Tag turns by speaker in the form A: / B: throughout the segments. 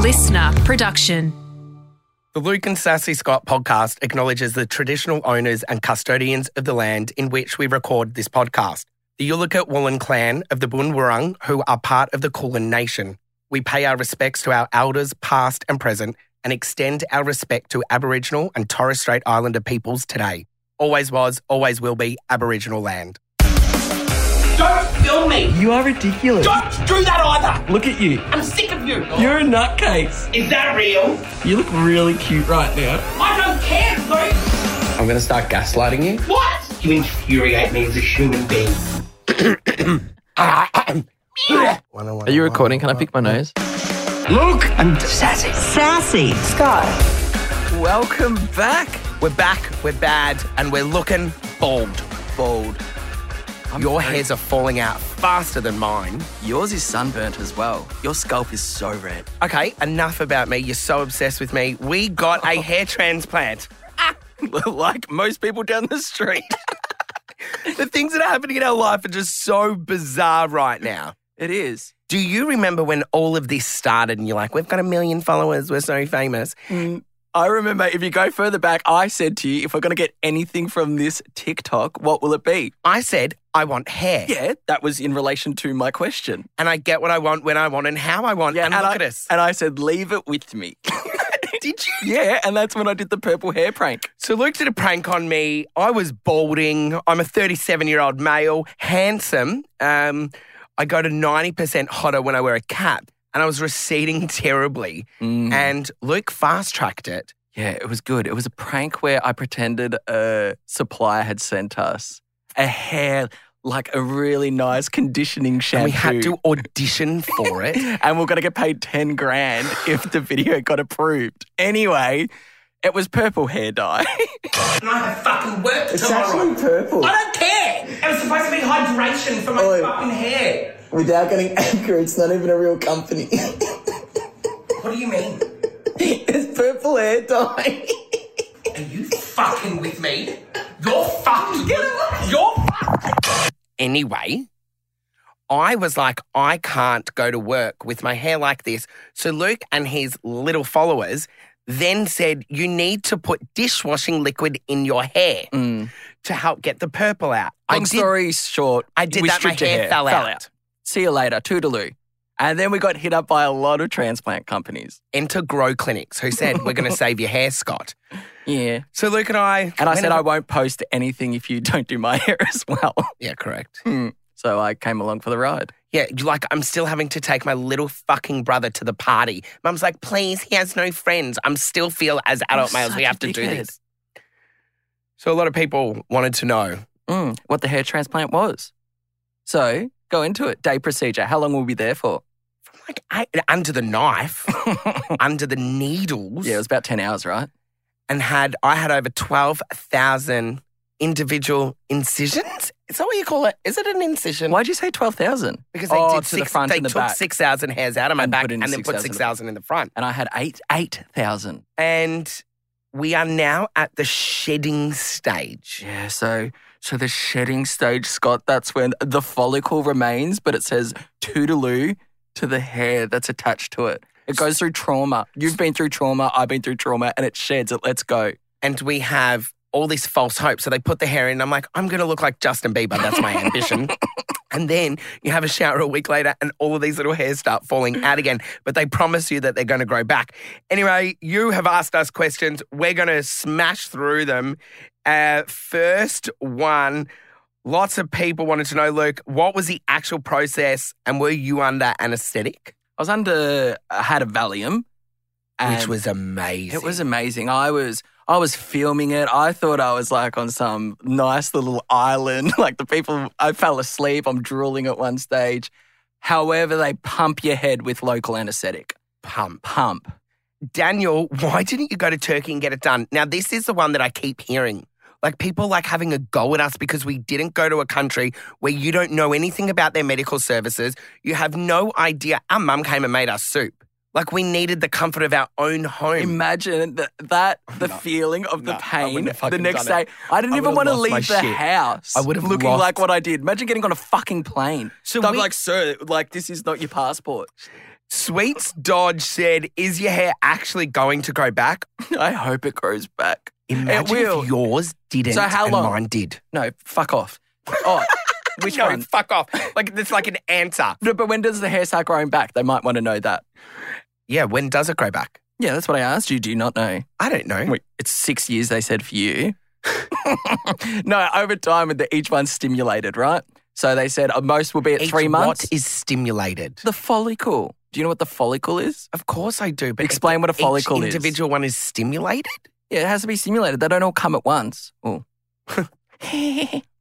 A: listener production.
B: The Luke and Sassy Scott podcast acknowledges the traditional owners and custodians of the land in which we record this podcast, the Yulukat Woolen clan of the Boon Wurrung, who are part of the Kulin Nation. We pay our respects to our elders, past and present, and extend our respect to Aboriginal and Torres Strait Islander peoples today. Always was, always will be Aboriginal land.
C: Don't film me.
D: You are ridiculous.
C: Don't do that either.
D: Look at you.
C: I'm sick of you.
D: You're a nutcase.
C: Is that real?
D: You look really cute right now.
C: I don't care, Luke.
E: I'm gonna start gaslighting you.
C: What? You infuriate me as a human being.
E: Are
F: Oh,
E: you recording? Can I pick my nose?
B: Welcome back. We're back, we're bad, and we're looking bald. Bald. Your hairs are falling out faster than mine.
F: Yours is sunburnt as well. Your scalp is so red.
B: Okay, enough about me. You're so obsessed with me. We got a hair transplant,
F: like most people down the street.
B: the things that are happening in our life are just so bizarre right now.
F: it is.
B: Do you remember when all of this started and you're like, we've got a million followers, we're so famous?
F: I remember if you go further back, I said to you, if we're going to get anything from this TikTok, what will it be?
B: I said, I want hair.
F: Yeah, that was in relation to my question.
B: And I get what I want, when I want, and how I want.
F: Yeah,
B: and look
F: I,
B: at us.
F: And I said, leave it with me.
B: Did you?
F: yeah, and that's when I did the purple hair prank.
B: So Luke did a prank on me. I was balding. I'm a 37 year old male, handsome. Um, I go to 90% hotter when I wear a cap, and I was receding terribly.
F: Mm.
B: And Luke fast tracked it.
F: Yeah, it was good. It was a prank where I pretended a supplier had sent us a hair, like a really nice conditioning shampoo.
B: And we had to audition for it.
F: and we're going to get paid 10 grand if the video got approved. Anyway, it was purple hair dye.
C: And I have fucking work tomorrow.
D: purple
C: I don't care. It was supposed to be hydration for my
D: Oi.
C: fucking hair.
D: without getting angry. It's not even a real company.
C: What do you mean?
D: it's purple hair dye.
C: Are you fucking with me? You're fucked. Get away. You're fucked.
B: anyway, I was like, I can't go to work with my hair like this. So Luke and his little followers then said, You need to put dishwashing liquid in your hair
F: Mm.
B: to help get the purple out. I
F: Long
B: did,
F: story short,
B: I did
F: we
B: that. My
F: stripped your
B: hair, fell, out.
F: See you later, toodaloo. And then we got hit up by a lot of transplant companies.
B: Enter Grow Clinics, who said, We're going to save your hair, Scott.
F: Yeah.
B: So Luke and I.
F: And I said, I
B: went-
F: won't post anything if you don't do my hair as well.
B: Yeah, correct.
F: So I came along for the ride.
B: Yeah, like I'm still having to take my little fucking brother to the party. Mum's like, please, he has no friends. I'm still feel as adult
F: You're
B: males, we
F: such a
B: have to do
F: dickhead.
B: this. So a lot of people wanted to know.
F: Mm, what the hair transplant was. So go into it. Day procedure. How long will we be there for?
B: Like I, under the knife,
F: yeah,
B: under the needles.
F: it was about 10 hours, right?
B: And had I had over twelve thousand individual incisions? Is that what you call it? Is it an incision?
F: Why'd you say 12,000?
B: Because
F: Oh,
B: they did
F: to
B: six,
F: the front
B: they
F: and the
B: took
F: back.
B: six thousand hairs out of my
F: And
B: back
F: put in
B: and then put
F: 6,000.
B: six thousand in the front.
F: and I had eight eight thousand.
B: And we are now at the shedding stage.
F: Yeah, so so the shedding stage, Scott. That's when the follicle remains, but it says toodaloo to the hair that's attached to it. It goes through trauma. You've been through trauma. I've been through trauma, and it sheds. It lets go.
B: and we have all this false hope. So they put the hair in. I'm like, I'm going to look like Justin Bieber. That's my ambition. And then you have a shower a week later, and all of these little hairs start falling out again. But they promise you that they're going to grow back. Anyway, you have asked us questions. We're going to smash through them. Uh, first one lots of people wanted to know, Luke, what was the actual process, and were you under anesthetic?
F: I was under. I had a Valium, and
B: Which Um, was amazing.
F: it was amazing. I was. I was filming it. I thought I was like on some nice little island. Like the people, I fell asleep. I'm drooling at one stage. However, they pump your head with local anesthetic.
B: pump.
F: pump.
B: Daniel, why didn't you go to Turkey and get it done? Now, this is the one that I keep hearing. Like people like having a go at us because we didn't go to a country where you don't know anything about their medical services. You have no idea. Our mum came and made us soup. Like we needed the comfort of our own home.
F: Imagine th- that, the feeling of
B: No,
F: the
B: I
F: pain
B: wouldn't have
F: the
B: fucking
F: next
B: done
F: day.
B: it.
F: I didn't
B: I
F: even
B: would've
F: want to
B: lost my
F: leave the
B: shit.
F: house.
B: I would've
F: looking
B: lost-
F: like what I did. Imagine getting on a fucking plane.
B: So
F: So I'm
B: we-
F: like, sir, like this is not your passport.
B: Sweets Dodge said, Is your hair actually going to grow back?
F: I hope it grows back.
B: Imagine
F: will.
B: if yours didn't
F: So how
B: and
F: long?
B: mine did.
F: No, fuck off. Oh, which
B: no,
F: one?
B: fuck off. Like it's like an answer.
F: No, but when does the hair start growing back? They might want to know that.
B: Yeah, when does it grow back?
F: Yeah, that's what I asked you. Do you not know?
B: I don't know.
F: Wait, it's six years, they said, for you. no, over time, the- each one's stimulated, right? So they said uh, most will be at
B: Each
F: three months.
B: What is stimulated?
F: the follicle? Do you know what the follicle is?
B: Of course I do, but
F: Explain what a
B: each
F: follicle is.
B: individual one is stimulated.
F: Yeah, it has to be stimulated. They don't all come at once.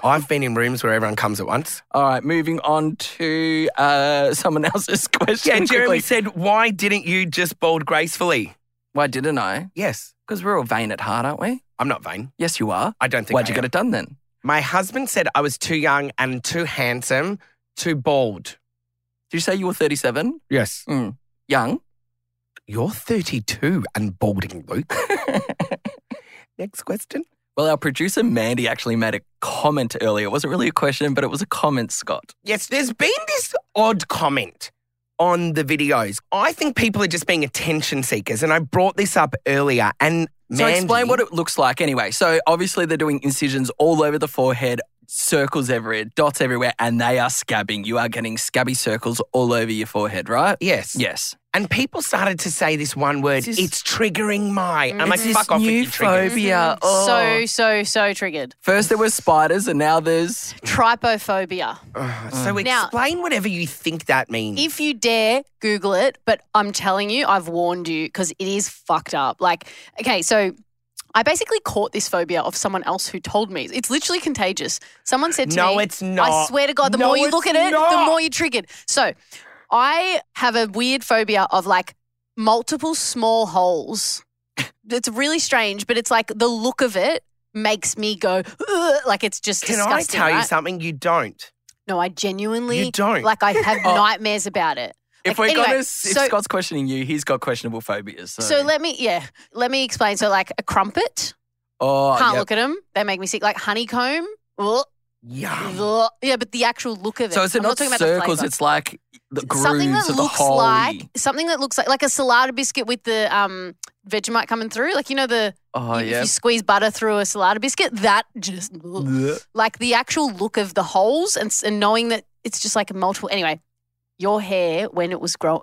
F: Oh.
B: I've been in rooms where everyone comes at once.
F: All right, moving on to uh, someone else's question.
B: Yeah, Jeremy
F: quickly.
B: said, Why didn't you just bald gracefully?
F: Why didn't I?
B: Yes.
F: Because we're all vain at heart, aren't we?
B: I'm not vain.
F: Yes, you are.
B: I don't think
F: Why'd
B: I
F: you
B: am.
F: get it done then?
B: My husband said I was too young and too handsome, too bald.
F: Did you say you were 37?
B: Yes.
F: Young?
B: You're 32 and balding, Luke. Next question.
F: Well, our producer Mandy actually made a comment earlier. It wasn't really a question, but it was a comment, Scott.
B: Yes, there's been this odd comment on the videos. I think people are just being attention seekers, and I brought this up earlier. And
F: So
B: Mandy,
F: explain what it looks like anyway. So obviously they're doing incisions all over the forehead, circles everywhere, dots everywhere, and they are scabbing. You are getting scabby circles all over your forehead, right?
B: Yes.
F: Yes.
B: And people started to say this one word,
F: It's-
B: it's triggering my.
A: Mm.
B: I'm like,
F: It's this
B: fuck off with
F: new
B: your triggers.
F: phobia. Oh.
A: So, so, so triggered.
F: First there were spiders and now there's
A: Trypophobia.
B: Ugh, So
A: Now-
B: explain whatever you think that means.
A: If you dare, Google it. But I'm telling you, I've warned you because it is fucked up. Like, okay, so I basically caught this phobia of someone else who told me. It's literally contagious. Someone said to
B: No,
A: me,
B: it's not.
A: I swear to God, the
B: No,
A: more you
B: it's
A: look at it, the
B: not."
A: more you're triggered. So I have a weird phobia of like multiple small holes. It's really strange, but it's like the look of it makes me go, "Ugh," like it's just
B: Can I
A: disgusting.
B: tell you
A: right?
B: something? You don't.
A: No, I genuinely
B: You don't.
A: Like I have
F: Oh.
A: nightmares about it.
F: if we're
A: Like, anyway,
F: gonna if
A: so-
F: Scott's questioning you, he's got questionable phobias. So,
A: So let me, yeah, let me explain. So like a crumpet,
F: oh,
A: can't
F: yep.
A: look at them. They make me sick. Like honeycomb, ugh,
B: Yum.
A: ugh. yeah, but the actual look of it.
F: So is it
A: I'm
F: not,
A: talking about the
F: circles?
A: flavour.
F: It's like the grooves
A: something that
F: of the
A: looks
F: whole.
A: like something that looks like like a salada biscuit with the um Vegemite coming through. Like you know the
F: oh
A: if
F: yeah.
A: you squeeze butter through a salada biscuit, that just ugh. like the actual look of the holes and, s- and knowing that it's just like multiple. Anyway, your hair when it was growing.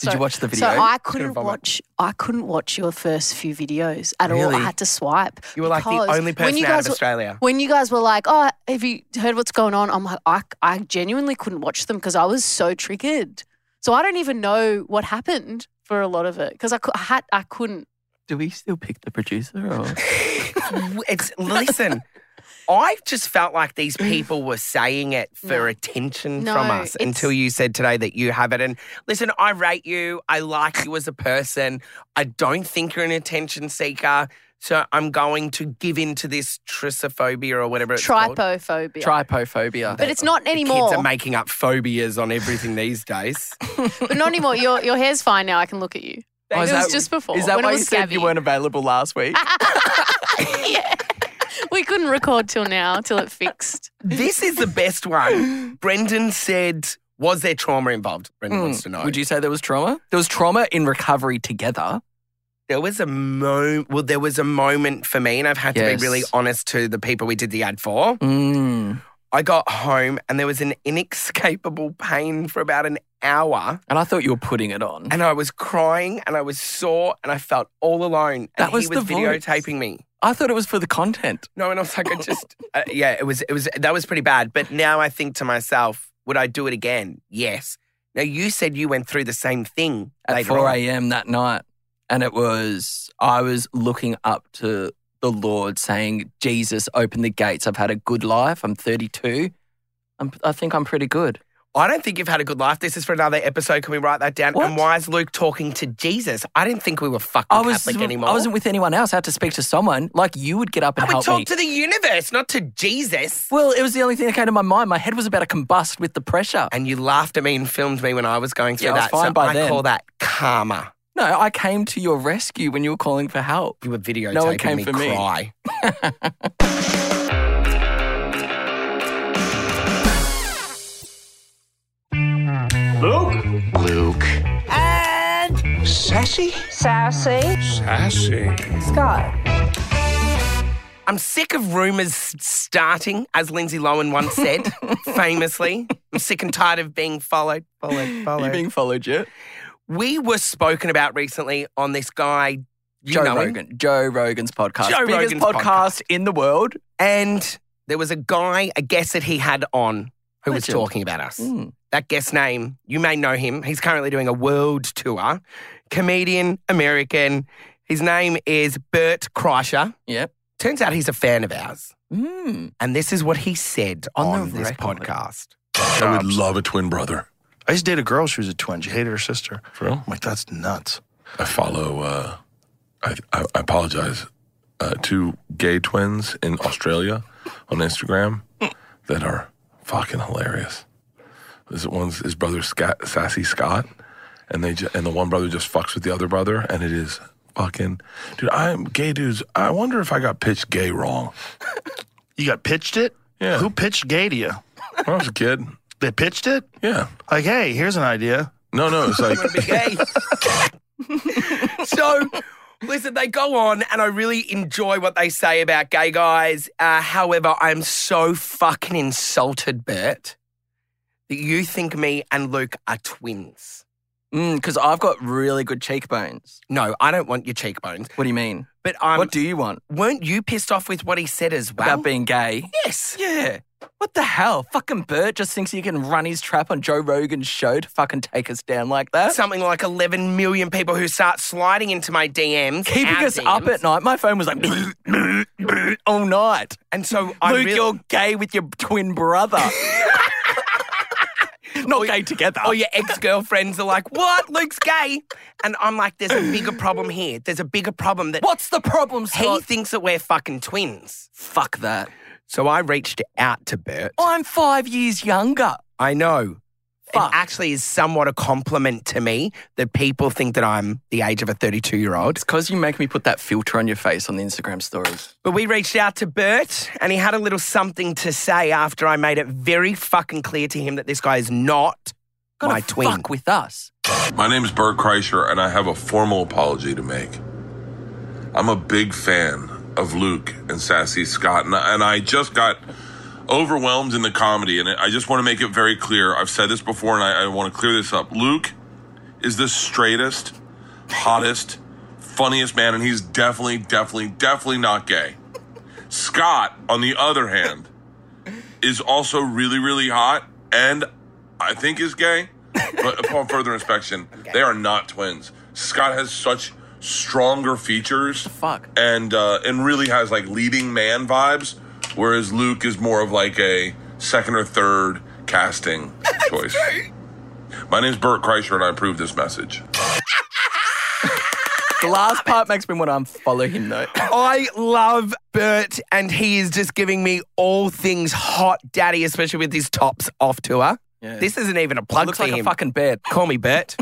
F: Did you watch the video?
A: So I
B: gonna
A: couldn't
B: vomit.
A: watch. I couldn't watch your first few videos at all.
F: Really?
A: I had to swipe.
B: You were like the
A: because
B: only person
A: when you
B: out of
A: guys were-
B: Australia.
A: When you guys were like, "Oh, have you heard what's going on?" I'm like, I, I genuinely couldn't watch them because I was so triggered. So I don't even know what happened for a lot of it because I, cou- I had I couldn't.
F: Do we still pick the producer? Or?
B: it's listen. I just felt like these people were saying it for
A: No.
B: attention
A: No,
B: from us
A: it's-
B: until you said today that you have it. And listen, I rate you. I like you as a person. I don't think you're an attention seeker. So I'm going to give in to this trissophobia or whatever it's called.
A: Trypophobia.
F: Trypophobia.
A: but it's not
B: The
A: anymore.
B: Kids are making up phobias on everything these days.
A: but not anymore. Your your hair's fine now. I can look at you.
F: Oh, is
A: it was
F: that-
A: just before.
F: Is that
A: when
F: why
A: it
F: you
A: was
F: said you
A: scabby.
F: weren't available last week?
A: yeah. We couldn't record till now, till it fixed.
B: This is the best one. Brendan said, Was there trauma involved? Brendan wants to know.
F: Mm.
A: Hmm.
F: Would you say there was trauma? There was trauma in recovery together.
B: there was a moment, well, there was a moment for me, and I've had to
F: Yes.
B: be really honest to the people we did the ad for.
F: Mm.
B: I got home and there was an inescapable pain for about an hour,
F: And I thought you were putting it on.
B: and I was crying and I was sore and I felt all alone.
F: That
B: and
F: was
B: he was
F: the voice.
B: videotaping me.
F: I thought it was for the content.
B: No, and I was like, I just, uh, yeah, it was, it was, that was pretty bad. But now I think to myself, would I do it again? Yes. Now you said you went through the same thing
F: at
B: later
F: 4
B: on.
F: a.m. that night. And it was, I was looking up to the Lord saying, Jesus, open the gates. I've had a good life. I'm 32. I'm, I think I'm pretty good.
B: I don't think you've had a good life. This is for another episode. Can we write that down?
F: What?
B: And why is Luke talking to Jesus? I didn't think we were fucking
F: I, was,
B: Catholic anymore.
F: I wasn't with anyone else. I had to speak to someone. Like you would get up and
B: I would
F: help
B: talk
F: me.
B: to the universe, not to Jesus.
F: well, it was the only thing that came to my mind. My head was about to combust with the pressure.
B: And you laughed at me and filmed me when I was going through
F: Yeah, I was
B: that.
F: fine
B: so
F: by
B: I
F: then.
B: call that karma.
F: No, I came to your rescue when you were calling for help.
B: You were videotaping
F: No one came
B: me
F: for me.
B: cry.
C: Luke?
G: Luke, Sassy. Sassy. Scott.
B: I'm sick of rumors starting, as Lindsay Lohan once said, famously. I'm sick and tired of being followed, followed,
F: Are you
B: followed.
F: being followed yet?
B: we were spoken about recently on this guy, you
F: Joe
B: know him.
F: Rogan. Joe Rogan's podcast.
B: Joe
F: Biggest
B: Rogan's
F: podcast,
B: podcast.
F: in the word.
B: and there was a guy, a guest that he had on, who was
F: Legend.
B: talking about us. That guest name, you may know him. He's currently doing a world tour. Comedian, American. His name is Bert Kreischer.
F: Yep.
B: Turns out he's a fan of ours.
F: Mm.
B: And this is what he said on,
H: On the
B: this
F: record.
B: podcast.
H: I would love a twin brother. I used to date a girl. She was a twin. She hated her sister.
I: For real?
H: I'm like, that's nuts. I follow, uh, I, I, I apologize, uh, two gay twins in Australia on Instagram that are fucking hilarious. This one's his brother, Scat, Sassy Scott, and they ju- and the one brother just fucks with the other brother, and it is fucking, dude, I'm gay dudes. I wonder if I got pitched gay wrong.
J: You got pitched it?
H: Yeah.
J: Who pitched gay to you?
H: When I was a kid.
J: They pitched it?
H: Yeah.
J: Like, hey, here's an idea.
H: No, no, it's like,
B: Hey. so, listen, they go on, and I really enjoy what they say about gay guys. Uh, however, I'm so fucking insulted, Bert, that you think me and Luke are twins.
F: Because Mm, I've got really good cheekbones.
B: No, I don't want your cheekbones.
F: What do you mean?
B: But um,
F: what do you want?
B: weren't you pissed off with what he said as well?
F: About being gay?
B: yes.
F: Yeah. What the hell? Fucking Bert just thinks he can run his trap on Joe Rogan's show to fucking take us down like that.
B: Something like 11 million people who start sliding into my DMs.
F: Keeping
B: our
F: us up
B: DMs.
F: at night. My phone was like all night.
B: And so I
F: Luke,
B: really-
F: you're gay with your twin brother. Oh, Not gay together.
B: or your ex girlfriends are like, "What? Luke's gay," and I'm like, "There's a bigger problem here. There's a bigger problem that
F: What's the problem,
B: he
F: Scott?
B: thinks that we're fucking twins."
F: Fuck that.
B: So I reached out to Bert.
F: I'm five years younger.
B: I know.
F: Fuck.
B: It actually is somewhat a compliment to me that people think that I'm the age of a 32 year old.
F: Because you make me put that filter on your face on the Instagram stories.
B: But we reached out to Bert and he had a little something to say after I made it very fucking clear to him that this guy is not
F: Gotta
B: my twin.
F: Fuck with us.
H: My name is Bert Kreischer, and I have a formal apology to make. I'm a big fan of Luke and Sassy Scott, and I, and I just got overwhelmed in the comedy, and I just want to make it very clear. I've said this before, and I, I want to clear this up. Luke is the straightest, hottest, funniest man, and he's definitely, definitely, definitely not gay. Scott, on the other hand, is also really, really hot, and I think is gay. But upon further inspection, they are not twins. Scott has such stronger features,
F: Fuck.
H: and uh, and really has like leading man vibes, whereas Luke is more of like a second or third casting choice. My name's Bert Kreischer, and I approve this message.
F: The last part makes me want to unfollow him though.
B: I love Bert, and he is just giving me all things hot daddy, especially with his tops off tour.
F: Yeah.
B: This isn't even a plug
F: Looks
B: for
F: like
B: him.
F: a fucking bed.
B: Call me Bert.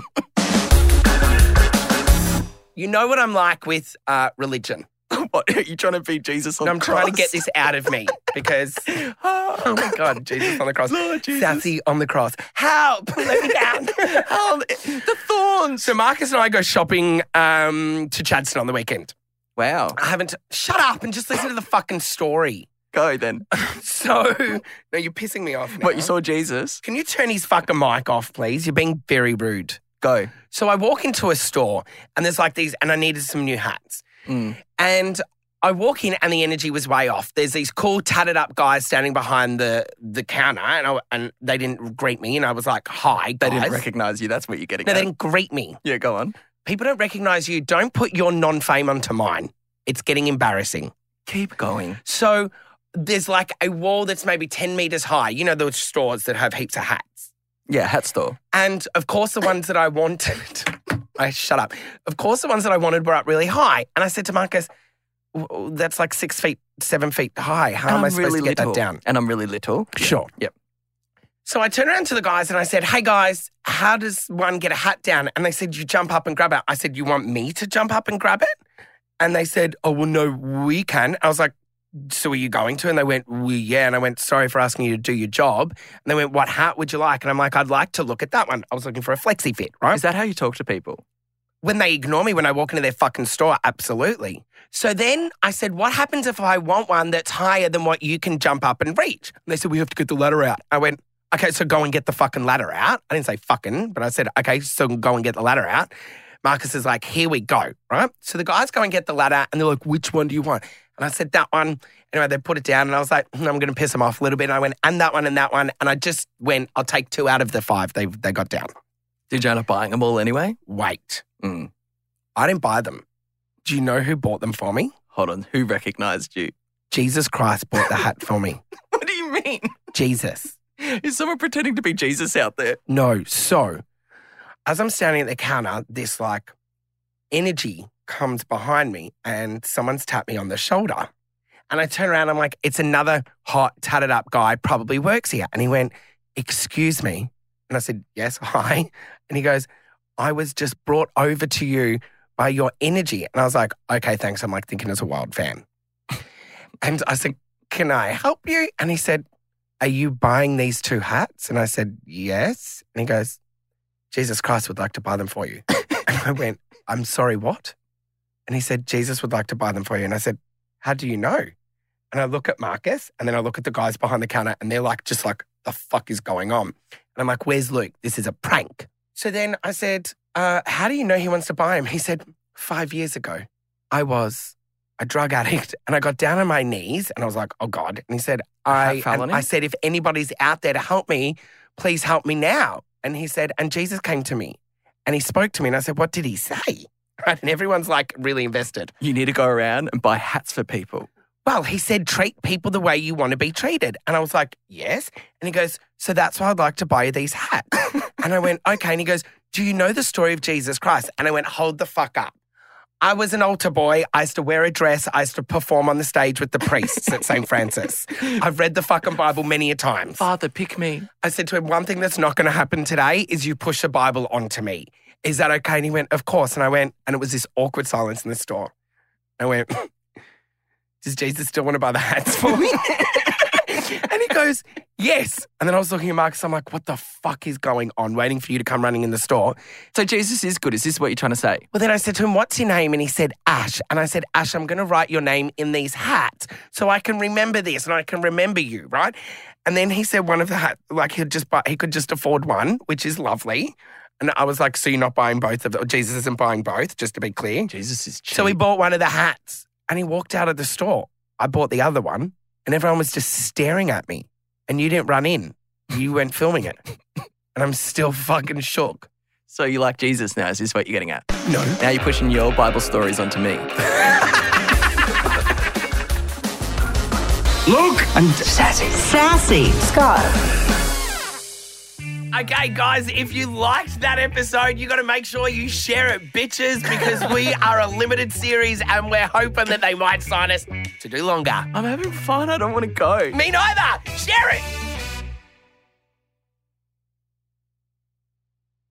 B: you know what I'm like with uh, religion.
F: What, are you trying to be Jesus on
B: And I'm
F: the
B: trying to
F: cross?
B: get this out of me because, oh my God, Jesus on the cross.
F: Lord Jesus.
B: Sassy on the cross. Help! Let me down.
F: Oh,
B: Help! The thorns. So Marcus and I go shopping um, to Chadston on the weekend.
F: Wow.
B: I haven't. Shut up and just listen to the fucking story.
F: Go then.
B: So, no, you're pissing me off. Now.
F: What, you saw Jesus?
B: Can you turn his fucking mic off, please? You're being very rude.
F: Go.
B: So I walk into a store and there's like these, and I needed some new hats.
F: Mm.
B: And I walk in and the energy was way off. There's these cool tatted up guys standing behind the the counter, and I, and they didn't greet me, and I was like, "Hi, guys."
F: They didn't recognize you. That's what you're getting
B: no,
F: at.
B: they didn't greet me.
F: Yeah, go on.
B: People don't recognize you. Don't put your non fame onto mine. It's getting embarrassing.
F: Keep going.
B: So there's like a wall that's maybe 10 meters high. You know, those stores that have heaps of hats.
F: Yeah, hat store.
B: And of course, the ones that I wanted, I shut up. Of course, the ones that I wanted were up really high. And I said to Marcus, "W- that's like six feet, seven feet high. How
F: And
B: am I
F: I'm
B: supposed to get
F: little.
B: that down?
F: And I'm really little.
B: Sure.
F: Yep.
B: So I turned around to the guys and I said, Hey guys, how does one get a hat down? And they said, You jump up and grab it. I said, You want me to jump up and grab it? And they said, Oh, well, no, we can. I was like, So are you going to? And they went, We, yeah. And I went, Sorry for asking you to do your job. And they went, What hat would you like? And I'm like, I'd like to look at that one. I was looking for a flexi fit, right?
F: Is that how you talk to people?
B: when they ignore me when I walk into their fucking store, absolutely. So then I said, What happens if I want one that's higher than what you can jump up and reach? And they said, We have to get the ladder out. I went, Okay, so go and get the fucking ladder out. I didn't say fucking, but I said, Okay, so go and get the ladder out. Marcus is like, Here we go, right? So the guys go and get the ladder and they're like, Which one do you want? And I said, That one. Anyway, they put it down and I was like, "Hmm, I'm going to piss them off a little bit. And I went, And that one and that one. And I just went, I'll take two out of the five they, they got down.
F: Did you end up buying them all anyway?
B: Wait.
F: Mm.
B: I didn't buy them. Do you know who bought them for me?
F: Hold on, who recognized you?
B: Jesus Christ bought the hat for me.
F: What do you mean?
B: Jesus.
F: Is someone pretending to be Jesus out there?
B: No. So, as I'm standing at the counter, this like energy comes behind me and someone's tapped me on the shoulder. And I turn around, I'm like, it's another hot, tatted up guy, probably works here. And he went, Excuse me. And I said, Yes, hi. And he goes, I was just brought over to you by your energy. And I was like, Okay, thanks. I'm like thinking as a wild fan. and I said, Can I help you? And he said, Are you buying these two hats? And I said, Yes. And he goes, Jesus Christ would like to buy them for you. and I went, I'm sorry, what? And he said, Jesus would like to buy them for you. And I said, How do you know? And I look at Marcus and then I look at the guys behind the counter and they're like, just like, the fuck is going on? And I'm like, where's Luke? This is a prank. So then I said, uh, how do you know he wants to buy him? He said, five years ago, I was a drug addict and I got down on my knees and I was like, oh God. And he said, I, and
F: felony?
B: I said, if anybody's out there to help me, please help me now. And he said, and Jesus came to me and he spoke to me and I said, what did he say? Right? And everyone's like really invested.
F: You need to go around and buy hats for people.
B: Well, he said, treat people the way you want to be treated. And I was like, yes. And he goes, so that's why I'd like to buy you these hats. and I went, okay. And he goes, do you know the story of Jesus Christ? And I went, hold the fuck up. I was an altar boy. I used to wear a dress. I used to perform on the stage with the priests at St. Francis. I've read the fucking Bible many a times.
F: Father, pick me.
B: I said to him, one thing that's not going to happen today is you push a Bible onto me. Is that okay? And he went, of course. And I went, and it was this awkward silence in the store. I went, does Jesus still want to buy the hats for me? and he goes, yes. And then I was looking at Marcus. I'm like, what the fuck is going on? Waiting for you to come running in the store.
F: So Jesus is good. Is this what you're trying to say?
B: Well, then I said to him, What's your name? And he said, Ash. And I said, Ash, I'm going to write your name in these hats so I can remember this and I can remember you, right? And then he said, One of the hats, like he'd just buy, he could just afford one, which is lovely. And I was like, So you're not buying both of them? Jesus isn't buying both, just to be clear.
F: Jesus is cheap.
B: So he bought one of the hats and he walked out of the store. I bought the other one and everyone was just staring at me. And you didn't run in, you went filming it. And I'm still fucking shook.
F: So you like Jesus now? Is this what you're getting at?
B: No.
F: Now you're pushing your Bible stories onto me.
G: Sassy. Scott.
B: Okay, guys, if you liked that episode, you got to make sure you share it, bitches, because we are a limited series and we're hoping that they might sign us to do longer.
F: I'm having fun. I don't want to go.
B: Me neither! Share it!